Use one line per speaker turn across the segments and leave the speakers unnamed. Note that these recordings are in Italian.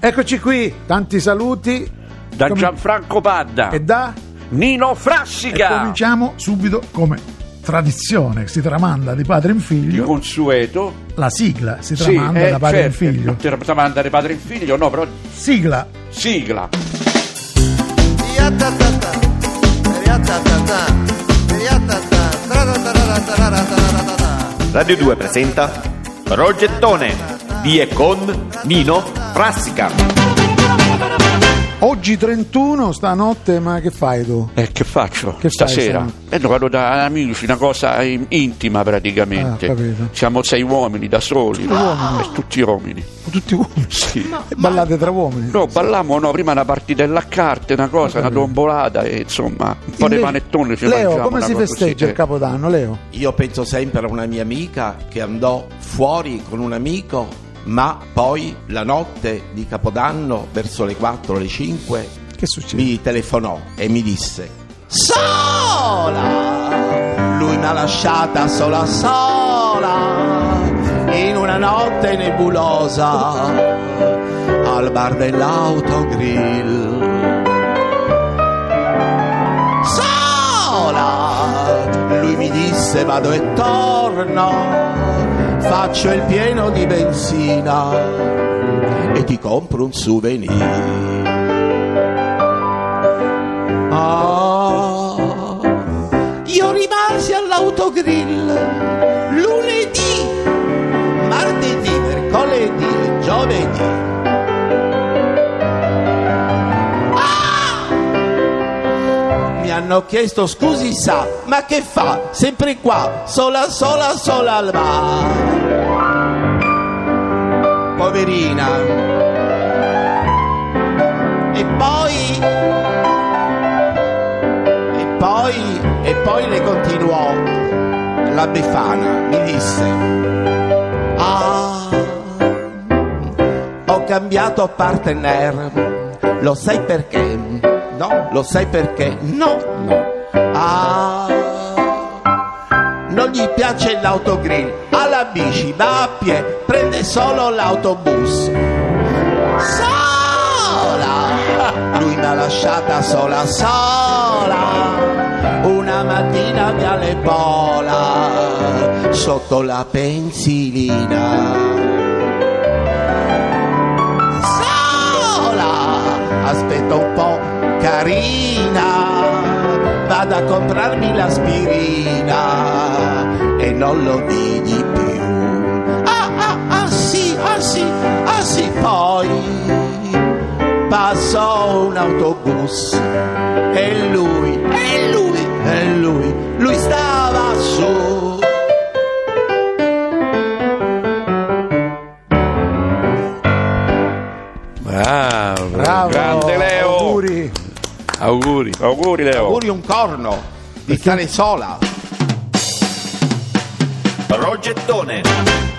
Eccoci qui, tanti saluti
Da
Com-
Gianfranco Padda,
e da...
Nino
E
Frassica,
cominciamo subito come tradizione che si tramanda di padre in
di
figlio,
consueto.
la sigla si
Sì,
tramanda
eh,
da padre in
certo,
figlio.
Te la potevamo andare padre in figlio, no, però
Sigla,
sigla.
Riatatata, riatatata, riatatata, taratataratataratatata.
Radio 2 presenta Rogettone di e con Nino Frassica.
oggi 31, stanotte, ma che fai tu?
E che faccio
Che fai
stasera? E no, vado da amici, una cosa in- intima praticamente.
Ah, ho capito.
Siamo sei uomini da soli, no? Eh, tutti uomini.
Tutti uomini.
Sì.
E ballate tra uomini.
No, ballammo no, prima una partitella a carte, una cosa, una tombolata e insomma un po' di
Invece-
panettone ci
Leo,
mangiamo,
come
una
si
cosa
festeggia
così,
il
eh.
Capodanno, Leo?
Io penso sempre a una mia amica che andò fuori con un amico, ma poi la notte di Capodanno, verso le 4 le 5,
Che succede?
mi telefonò e mi disse: Sola! Lui mi ha lasciata sola, sola, in una notte nebulosa, al bar dell'autogrill sola. Lui mi disse vado e torno, faccio il pieno di benzina e ti compro un souvenir. Ah, io rimasi all'autogrill lunedì, martedì, mercoledì, giovedì. Ah! Mi hanno chiesto scusi sa, ma che fa? Sempre qua, sola sola sola al bar. Poverina. E poi e poi e poi le continuò la Befana, mi disse: "Ah, ho cambiato partner. Lo sai perché? No, lo sai perché? No, no. Ah, non gli piace l'autogrill. Ha la bici, va a piedi, prende solo l'autobus. Sola! Lui mi ha lasciata sola, sola. Una mattina mi ha le bola sotto la pensilina sola. Aspetta un po', carina, vado a comprarmi l'aspirina e non lo vedi più. Ah, ah, ah sì, ah sì, ah sì, poi passò un autobus e lui, e lui, e lui, lui stava su.
Bravo,
Bravo,
grande Leo.
auguri.
Auguri, auguri Leo.
Pure un corno di stare sola.
Rogettone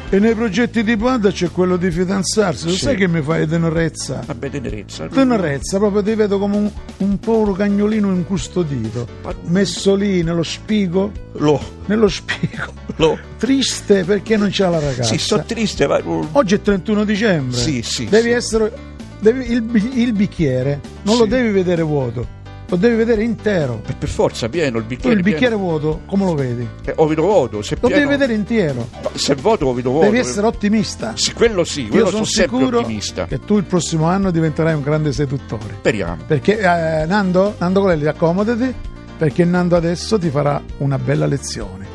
E nei progetti di Panda c'è quello di fidanzarsi. Lo sai che mi fai tenerezza?
Vabbè, tenerezza.
Tenerezza, proprio ti vedo come un, un povero cagnolino incustodito, messo lì nello spigo,
Lo.
nello spigo,
Lo.
triste perché non c'ha la ragazza.
Sì, sto triste, oh. ma
Oggi è 31 dicembre.
Sì, sì,
Devi
sì.
essere. devi- il, bi- il bicchiere non lo
Sì.
devi vedere vuoto, lo devi vedere intero.
per, per forza pieno il
Tu
bicchiere.
il bicchiere
pieno.
vuoto, come lo vedi? Lo
Eh, Ovido vuoto, se pieno.
devi vedere intero.
Se è vuoto, ovido vuoto. eh.
Devi essere ottimista.
Sì, quello sì,
Io
quello
sono
sono sempre
sicuro
ottimista.
che tu il prossimo anno diventerai un grande seduttore.
Speriamo.
Perché eh, Nando, Nando Colelli, accomodati, perché Nando adesso ti farà una bella lezione.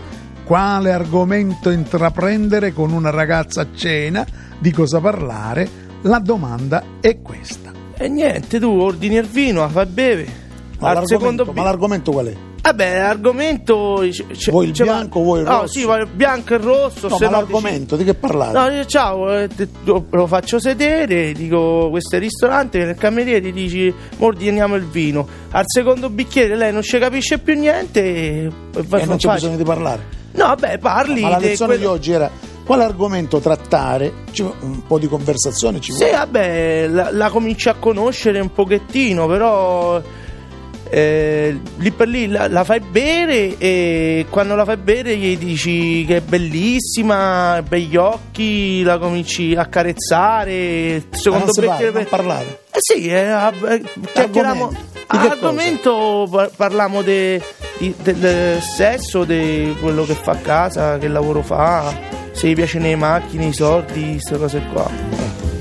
Quale argomento intraprendere con una ragazza a cena, di cosa parlare? La domanda è questa.
E niente, tu ordini il vino, la fai beve. al secondo
ma
bicchiere.
l'argomento qual è?
Vabbè, argomento. eh, c- c-
Vuoi il
c'è-
bianco, vuoi il
no,
rosso?
Ah, sì, vuoi il bianco e il rosso.
No,
se
ma
no
l'argomento di che
dici-
parlate?
No, dici, ciao, eh, te- lo lo faccio sedere, dico questo è il ristorante, viene il cameriere, gli dici "Ma ordiniamo il vino. Al secondo bicchiere lei non ci capisce più niente e, e vai
Eh, non c'è
fai-
bisogno di parlare.
No, vabbè, parli
Ma la
di
lezione
quello-
di oggi era quale argomento trattare, ci vuole un po' di conversazione ci
Sì,
vuole.
vabbè, la, la cominci a conoscere un pochettino, però eh, lì per lì la, la fai bere e quando la fai bere gli dici che è bellissima, begli occhi, la cominci a carezzare.
Ma non
Secondo
si
me
parla, non parlate.
eh sì, eh, ah, eh, chiacchieriamo.
Di che cosa?
Argomento par- parliamo de- di- del sesso, di quello che fa a casa, che lavoro fa, se gli piacciono le macchine, i soldi, queste cose qua.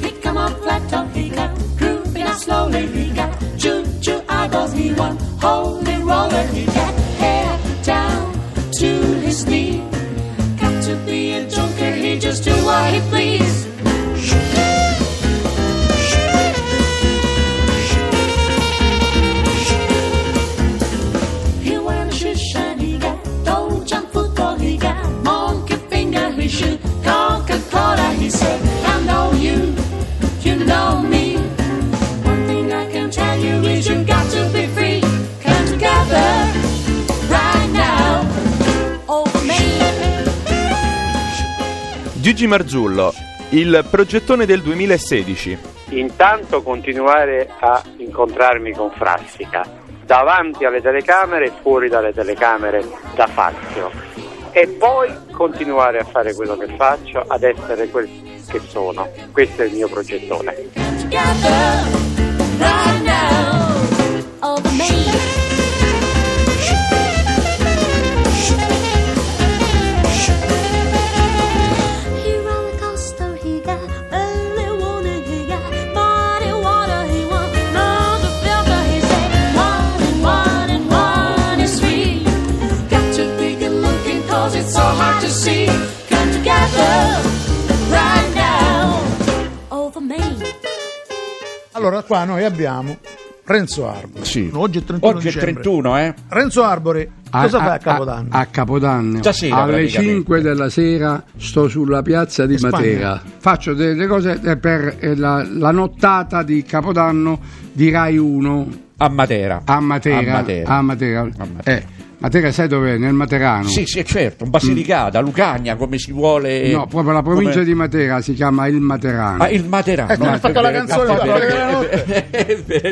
He come up flat on he got grooving out slowly he got choo choo eyeballs he one holy roller he got hair down to his knee. Got to be a joker he just do what he please. He wears shoes and he got toe jump football he got monkey finger he shoot conquer cola he said I know you, you know me. One thing I can tell you is you got to be free. Come together right now over me.
Gigi Marzullo, il progettone del 2016.
Intanto continuare a incontrarmi con Frassica, davanti alle telecamere e fuori dalle telecamere da Fazio. E poi continuare a fare quello che faccio, ad essere quel che sono. Questo è il mio progettone.
Come together right now over me. He roller coaster, he got early warning, he got body water, he want another filter, he said one and one and one is three. Got to be good looking 'cause it's so hard to see. Come together right now over me.
Allora, qua noi abbiamo Renzo Arbore.
Sì.
Oggi è 31
Oggi è
dicembre.
31, eh?
Renzo Arbore, cosa fai a Capodanno?
A, Capodanno.
Stasera,
alle
praticamente.
5 della sera sto sulla piazza di
In Spagna.
Matera. Faccio delle cose eh, per eh, la, la nottata di Capodanno di Rai 1
A Matera.
a Matera.
A Matera.
A Matera.
Matera.
Eh, Matera sai dov'è? Nel Materano.
Sì, sì, certo, Basilicata, Lucania, come si vuole.
No, proprio la provincia
come-
di Matera si chiama il Materano.
Ah, il Materano.
Eh, come ha fatto la canzone,
a
quelli della notte.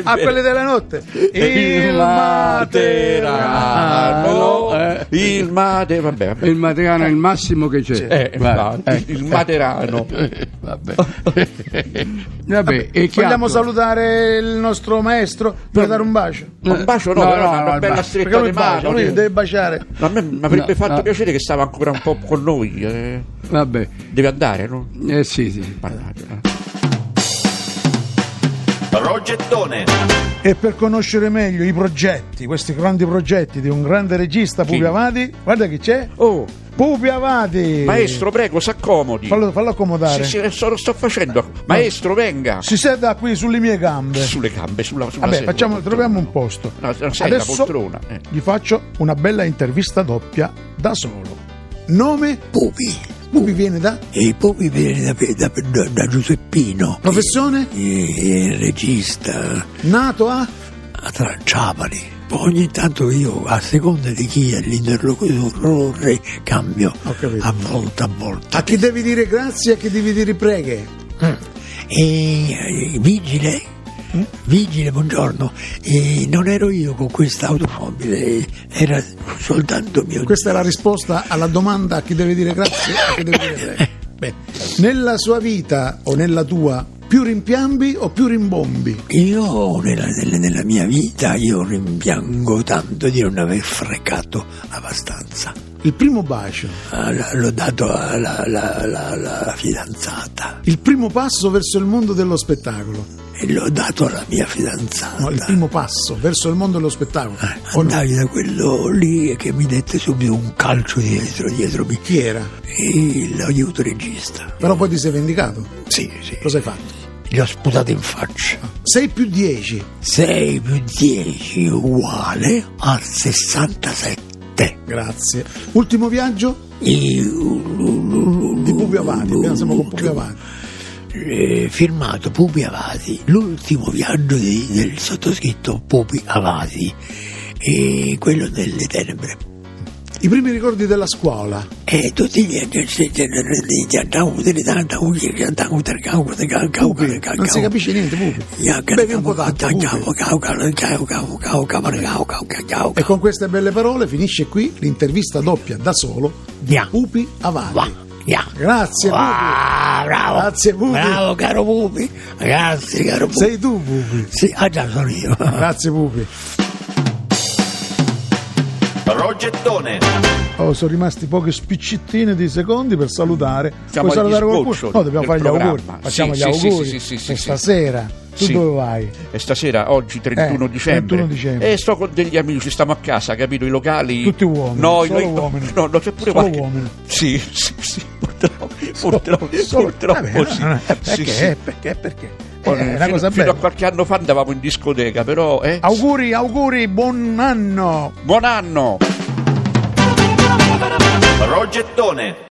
A quelle della notte.
Il Materano. eh. Il Materano. Vabbè, vabbè.
Il Materano è il massimo che c'è.
Eh,
Guarda,
infatti, il Materano.
Vabbè. Vabbè, e che
Vogliamo
altro?
salutare il nostro maestro per dare un bacio.
Un bacio no,
No,
però
no,
una
no, il
bella
bacio.
Perché
stretta
lui
di
bacia,
mano.
lui
eh.
deve baciare.
A me mi avrebbe
No,
fatto
no.
piacere che stava ancora un po' con noi. eh.
Vabbè,
Deve andare, no? eh.
eh sì, sì.
Mannaggia.
Progettone.
E per conoscere meglio i progetti, questi grandi progetti di un grande regista, Pupi Avati, guarda chi c'è.
Oh,
Pupi Avati.
maestro, prego, s'accomodi.
Eh. Fallo, fallo accomodare.
Sì, sì, adesso lo sto facendo. Maestro, venga.
Si sieda qui sulle mie gambe.
Sulle gambe, sulla, sulla
Vabbè,
sedia,
facciamo,
poltrona.
troviamo un posto.
No, no, sei la
Adesso
poltrona, eh.
gli faccio una bella intervista doppia da solo. Nome?
Pupi.
Pupi viene da?
E i Pupi viene da, da- da- da Giuseppino.
Professione?
E, e regista
Nato a?
a tra Ciapani. Ogni tanto io, a seconda di chi è l'interlocutore, cambio
Ho capito.
a volta a volta.
A chi devi dire grazie e a chi devi dire preghe?
E eh, vigile,
Mm?
vigile, buongiorno. E non ero io con questa automobile, era soltanto mio
Questa è la risposta alla domanda a chi deve dire grazie e a chi deve dire preghe. Bene. Nella sua vita o nella tua, più rimpiambi o più rimbombi?
Io nella, nella- nella mia vita io rimpiango tanto di non aver fregato abbastanza.
Il primo bacio,
Ah, l- L'ho dato alla, alla- alla- alla fidanzata
il primo passo verso il mondo dello spettacolo.
e l'ho dato alla mia
No, il
fidanzata.
primo passo verso il mondo dello spettacolo.
Eh.
O no?
Andai da quello lì che mi dette subito un calcio dietro, dietro mi-
Chi era?
e l'aiuto regista.
Però poi ti sei vendicato.
Sì, sì.
Cosa hai fatto?
Gli ho sputato in faccia.
6 più 10.
6 più 10 uguale a 67.
Grazie. Ultimo viaggio di
di
Pupi Avati. Abbiamo- Siamo con Pupi Avati.
firmato Pupi Avati, l'ultimo viaggio di- del sottoscritto Pupi Avati, e quello delle tenebre.
I primi ricordi della scuola.
E tutti gli anni si
Non si capisce niente, Pupi. Bevi un po' d'acqua. Pupi. E con queste belle parole finisce qui l'intervista doppia da solo di Pupi Avanti. Grazie, Pupi.
bravo.
Grazie, Pupi.
Bravo, caro Pupi. Grazie, caro Pupi.
Sei tu, Pupi.
Sì, ah già, sono io.
Grazie, Pupi.
Progettone.
Oh, sono rimasti poche spiccettine di secondi per salutare.
Siamo
Vuoi
agli
salutare qualcuno?
sgoccioli
No, dobbiamo
del
fare gli auguri.
programma.
Facciamo
Sì,
gli
sì, sì,
auguri.
sì, sì, sì,
per
sì.
stasera. Tu
Sì.
dove vai?
E stasera, oggi 31
Eh,
dicembre,
31 dicembre.
e sto con degli amici, stiamo a casa, capito? I locali.
Tutti uomini,
No, i-
solo
no,
uomini.
No, no, c'è pure
Solo
qualche-
uomini.
Sì, sì, sì, purtroppo. Purtroppo,
Solo-
purtroppo
vabbè,
sì.
non è-
Sì,
Perché?
sì.
Perché? Perché?
Poi,
Eh, è una
fino-
cosa
fino
bella.
a qualche anno fa andavamo in discoteca, però. eh,
Auguri, auguri, buon anno.
Buon anno!
Progettone.